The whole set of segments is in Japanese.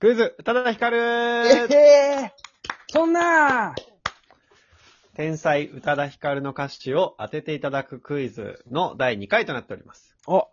クイズ、ただひかえる へーそんな天才宇多田ヒカルの歌詞を当てていただくクイズの第2回となっております。お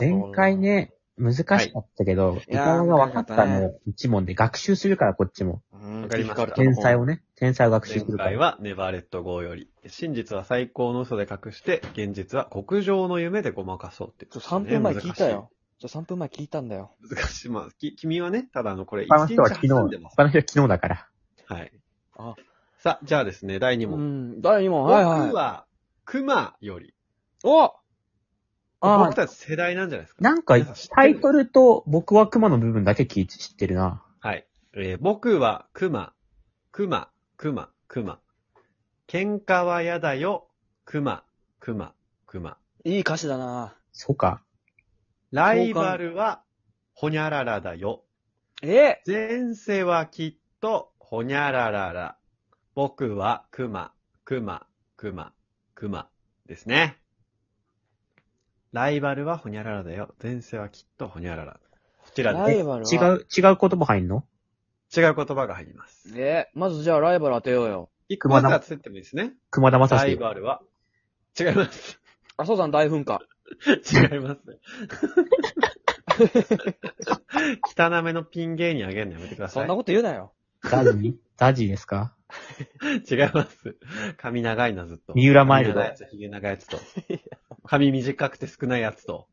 前回。ね、難しかったけど、い歌やー川が分かった難しかのっを一問で学習するから、こっちも。わわかりました天才を。をね、天才を学習前するか回ら。はネバーレット号より、真実は最高の嘘で隠して、現実は極上の夢でごまかそうっていうちこょ、とですね、 3分前聞いたよ。ちょ、3分前聞いたんだよ。難しい。難しい。まあ、き君はね、ただあの、これ、他の人は一昨日、挟んでます他の人は昨日だから。はい。あさあ、じゃあですね、第う2問。ん、第2問、僕はいはい。は、熊より。おあ僕たち世代なんじゃないですか。なんか皆さん知って、るタイトルと僕は熊の部分だけ聞い知ってるな。はい。えー僕は熊、熊、熊、熊。喧嘩は嫌だよ、熊、熊、熊。いい歌詞だなそうか。ライバルは、ほにゃららだよ。え前世はきっと、ほにゃららら。僕は熊、熊、熊、熊ですね。ライバルはほにゃららだよ。前世はきっとほにゃらら。こちらラでイバルは違う、違う言葉入んのす。違う言葉が入ります。えまずじゃあライバル当てようよ。いくまで当てってもいいですね。熊田正ライ史。バルは、違います。 阿蘇山大噴火。違います。 汚めのピン芸人あげるのやめてくださそい。んなこと言うなよ。ダジーダジーですか違います。髪長いな、ずっと。三浦マイルド髪長いやつ、髭長いやつと。髪短くて少ないやつと。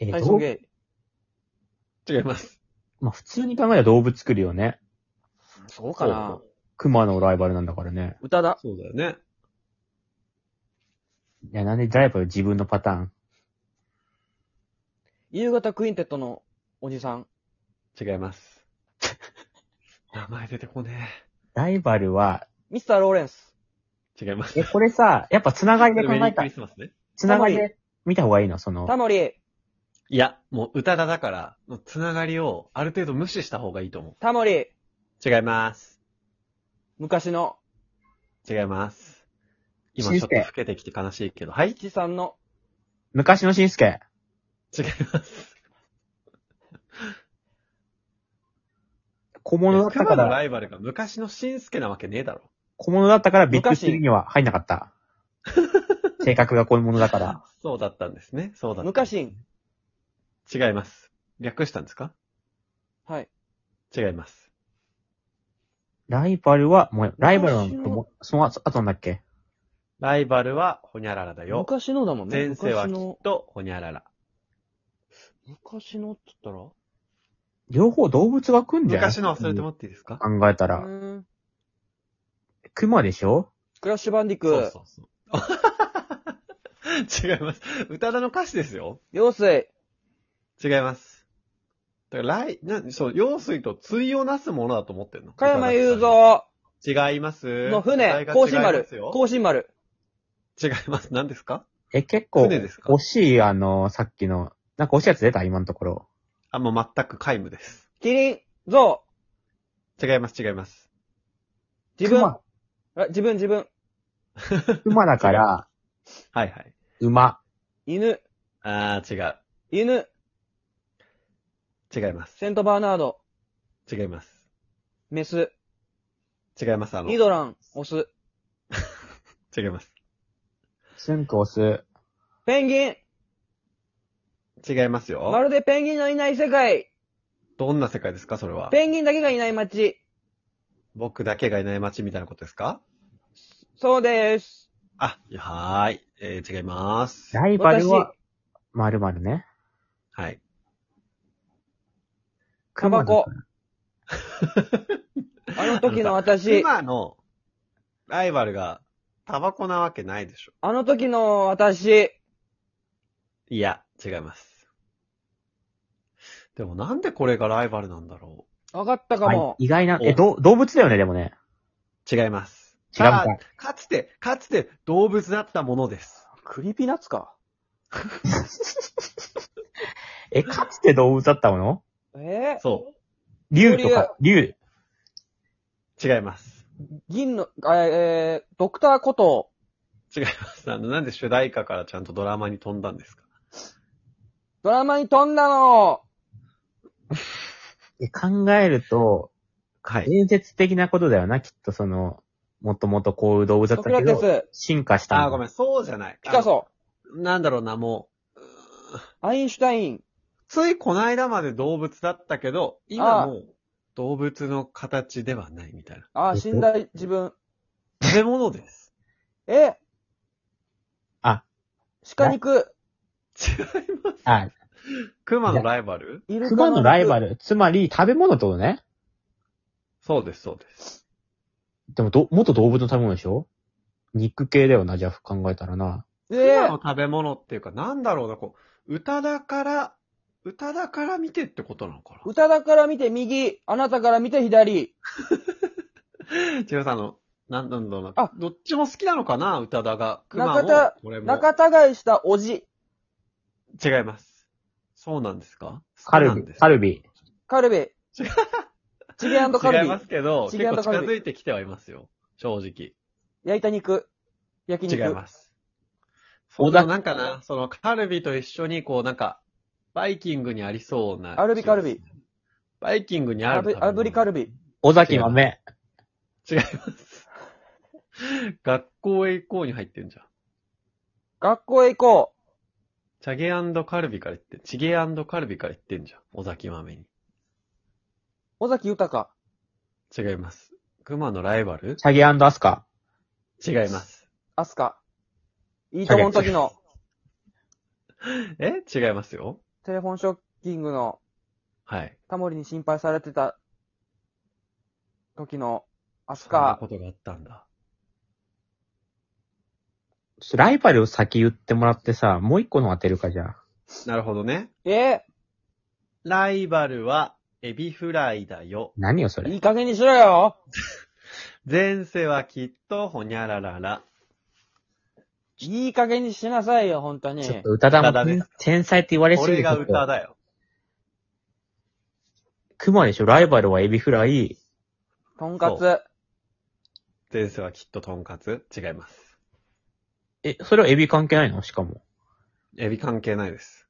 えター、イソどンうゲイ。違います。まあ普通に考えたら動物来るよね。そうかな熊のライバルなんだからね。歌だ。そうだよね。いや、なんでライバル自分のパターン。夕方クインテットのおじさん。違います。名前出てこねライバルは、ミスターローレンス。え。違います。え、これさ、やっぱつながりで考メリえークたリ。スマスね。つながりで見た方がいいのそのタ、モリ、いや、もう歌だだから、もうつながりをある程度無視した方がいいと思タモリ、う。違います。昔の違います。今紳ちょ助っと老けてきて悲しいけど。はい七さんの昔のしんすけ。違います。小物だったか熊のら、ライバルが昔のしんすけなわけねえだろ。小物だったからビッグスリーには入んなかった。性格がこういうものだから。そうだったんですね。そうだった。昔。違います。略したんですかはい。違います。ライバルは、もう、ライバルのとも、その後なんだっけライバルはほにゃららだよ。昔のだもんね。前世はき昔っの、とほにゃらら。昔のって言っ両方動物が来んじゃん昔の忘れてもらっていいですか、考えたたらら、うーん熊でしょクラッシュバンディクそうそ、ーう そう。違います。歌田の歌詞ですよ。妖違います。だから、来、な、そう、用水と対をなすものだと思ってるの。精、加山雄歌田さ三ん違います。の答え船、が甲信違いま丸す、よ甲信丸。違います。何ですかえ、結構、船ですか惜しい、あの、さっきの、なんか惜しいやつ出た今のところ。あ、もう全く皆無です。キリン、ゾ違います、違います。ウ、自分、あ自分、自分、熊。熊だから、はいはい。馬。犬、あー、違う。犬、違います。セントバーナード、違います。メス、違います。あの、イドラン、オス、違います。スンクオス。ペンギン、違いますよ。まるでペンギンのいない世界、どんな世界ですかそれは。ペンギンだけがいない街、僕だけがいない街みたいなことですかそうです。あ、はーい。えー、違います。ライバルは、まるまるね。はい。タバコ熊だか、あの時の私、今の、ライバルが、タバコなわけないでしょ。あの時の私、いや、違います。でもなんでこれがライバルなんだろわかったら。かはいも。意外な、おえ、どう動物だよね、でもね。う。違います。違うのたかだかつて、かつて動物だったものです。クリピナッツか。え、かつて動物だったものえー、そ竜とか、竜。う。違います。銀の、あえー、ドクターこと、違います。あの、なんで主題歌からちゃんとドラマに飛んだんですかドラマに飛んだので考えると、はい。伝説的なことだよな、きっとその、もともとこういう動物だソっクたラけテど、ス、進化したんだあー、ごめん、そうじゃない。ピカソ、あの。なんだろうな、もう、うーんアインシュタイン、ついこの間まで動物だったけど、今あーもう動物の形ではないみたいな。ああ、死んだ自分、食べ物です。えあ。鹿肉、違います。あ、熊のライバルイルカ熊のライバル。ル。つまり、食べ物ってことね。そうです、そうです。でも、ど、元動物の食べ物でしょ肉系だよな、じゃあ考えたらな。え熊えの食べ物っていうか、なんだろうな、こう、歌だから、歌だから見てってことなのかな宇多田から見て右、あなたから見て左。違うさ、あの、なんなんだろうな。あどっちも好きなのかな歌だが。熊中も田、俺も。仲違いしたおじ、違います。そうなんですかカそうルなんビで、すカルビ。カルビ違う。チゲカ違ルいビま。すけど、チ結ゲ構カ近ルビづいてきてはいますよ。正直。焼いた肉。焼き肉。違います。そ小う田なんかな、そのカルビと一緒にこうなんか、バイキングにありそうな。アルビカルビ。バイキングにあアるブ食べ物。アブリカルビ。尾崎豆。違います。学校へ行こうに入ってんじゃん。学校へ行こチャゲカルビから言って、チゲカルビから言ってんじゃん。尾崎豆に。う。尾崎豊。違います。熊のライバルチャゲアスカ。違います。アスカ。いいともの時の、え違いますよ。テレフォンショッキングの、はい。タモリに心配されてた、時の、アスそんなカ。ことがあったんだ。ライバルを先言ってもらってさ、もう一個の当てるかじゃあ。なるほどね。えライバルは、エビフライだよ。何よ、そえいれ。い加減にしろよ前世はきっと、ほにゃららら。いい加減にしなさいよ、本当に。ちょっと歌だ歌だもねん。天才って言われすこぎれる。が歌だよ。熊でしょライバルはエビフライ。とんかつ。前世はきっと、とんかつ。違います。え、それはエビ関係ないのしかも。エビ関係ないです。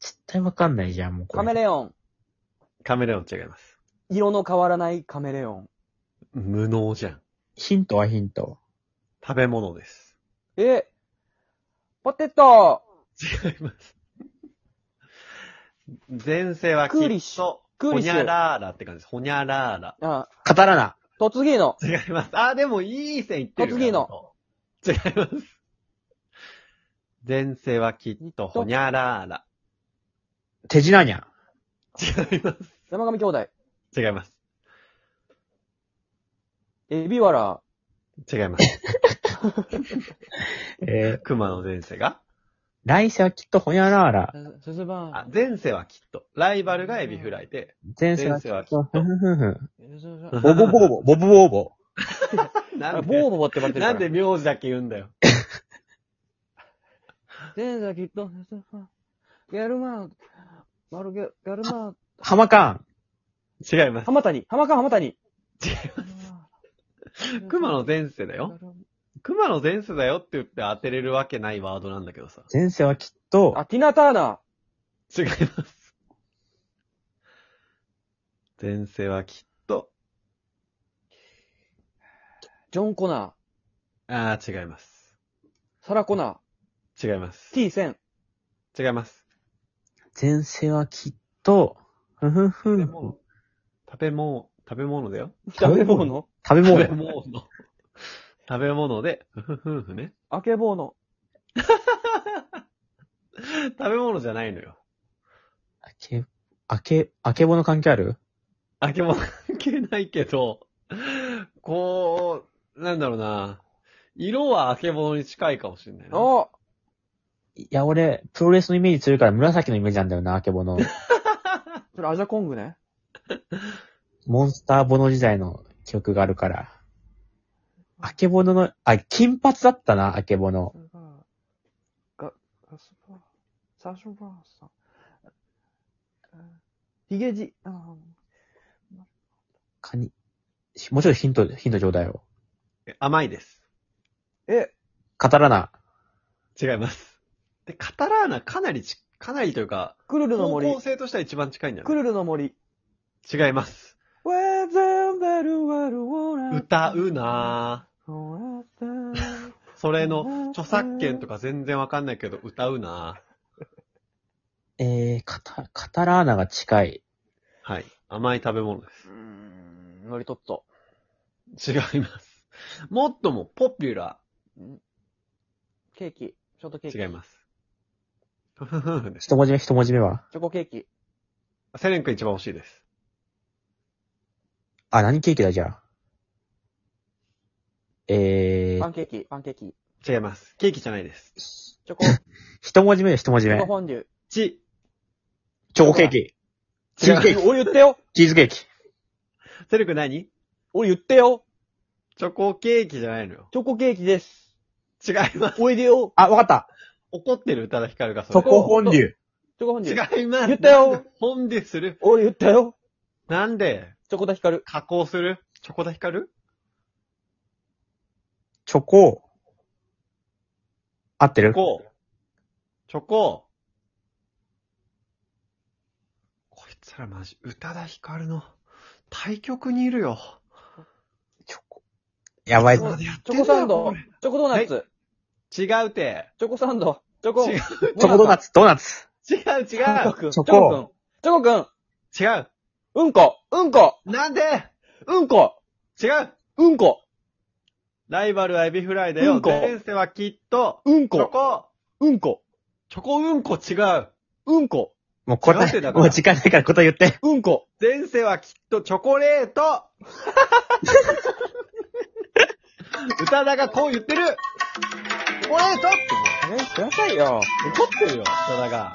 絶対わかんないじゃん、もうこカメれ。レオン。カメレオン違います。色の変わらないカメレオン。無能じゃん。ヒントはヒント。食べ物です。えポテト違います。前世はきクーリッっシュと、クーほリッシにュゃららって感じです。ほにゃらら。あ、カタラナ。とつぎの。違います。あ、でもいい線いってるよ。栃木のちゃんと。違います。前世はきっと、ほにゃらら。手品にゃ。違います。山上兄弟。違います。エビワラ。違います。えー、熊の前世が来世はきっとほにゃらら。すすばあ、前世はきっと。ライバルがエビフライで。前前世はき世っはきっと、ふと。んふんふん。ん。ボボボーボ、ボブボーボ。なあんボで、ーボボって呼ばれてるなから。んで名字だけ言うんだよ。前座きっと、ギャルマン、マルゲ、ギャルマン。ハマカ違います。浜谷、浜川浜谷。違います。熊の前世だよ。熊の前世だよって言って当てれるわけないワードなんだけどさ。ーン。前世はきっと、あ、ティナ・ターナ違います。前世はきっと、ー、ジョン・コナー、ああ、違います。サラ・コナ違いますー、。T ・セン。違います。前世はきっと、ふんふんふでん。も、食べ物、食べ物だよ。食べ物食べ食べ物。物。食べ物で、ふふふふね。あけぼうの。食べ物じゃないのよ。あけ、あけ、あけぼの関係あるあけも関係ないけど、こう、なんだろうな。色はあけぼのに近いかもしれないな。おいや、俺、プロレスのイメージするから紫のイメージなんだよな、あけぼの。それアジャコングね。モンスターボノ時代の記憶があるから。あけぼのの、あ、金髪だったな、あけぼの。が、ガスバー、サーションバーさん。ヒゲじ、あカニ。しもうちょっとヒント、ヒントちょうだいよ。甘いです。え、カタラナ。違います。で、カタラーナかなりち、かなりというか、クルルの方森向。性としては一番近いんだよクね。ルルの森。違います。歌歌うな ぁ。それの、著作権とか。か全然わかんないけど、歌うなぁ。えー、カタ、カタラーナが近い。はい。甘い食べ物でうーん、ノリトッツォ。す。違います。もっともポピュラケーキ。ショートケーキ。ー。違います。ふふふです一文字目、一文字目は。チョコケーキ。セレン君一番惜しいです。あ、何ケーキだじゃあ。えパーン、ケーキ。パンケーキ。違います。ケーキじゃないです。チョコ、チ一文字目だよ、一文字ョ目コ。フォンデュ。ち、チョコケーキ。チーズケーキ。俺言ってよチーズケーキ。セレン君何俺言ってよチョコケーキじゃないのよ。チョコケーキです。違います。おいでよあ、わかった。怒ってる歌田ヒカルがそチョれ。コフォンデュ。チョコフォンデ違ュ。います。言ったよ本でする。俺言ったよなんで、チョコタヒカル。加工するチョコタヒカルチョコ。合ってチョるコ。チョコ。こいつらマジ、宇多田ヒカルの対局にいるよ。チョコ。やばい。こそまうでやってチんョだよコサンドこれ。チョコドーナツ。違うて。チョコサンド。チョコ。違う、チョコドーナツ、ドーナツ。違う、違チョコう。くん。チチョョココくん。チョコくん。違う。うんこ。うんこ。なんでうんこ。違う。うんこ。ライバルはエビフライだよ。うんこ前世はきっと、うんチョこ。コ。うんこ。チョコうんこ違う。うんこ。もう違うって答だかえ、らもう時間ないから答え言って。うんこ。前世はきっとチョコレート 宇多田がこう言ってるチョコレートってもえ、くださいうよ。怒ってるよ、宇多田が。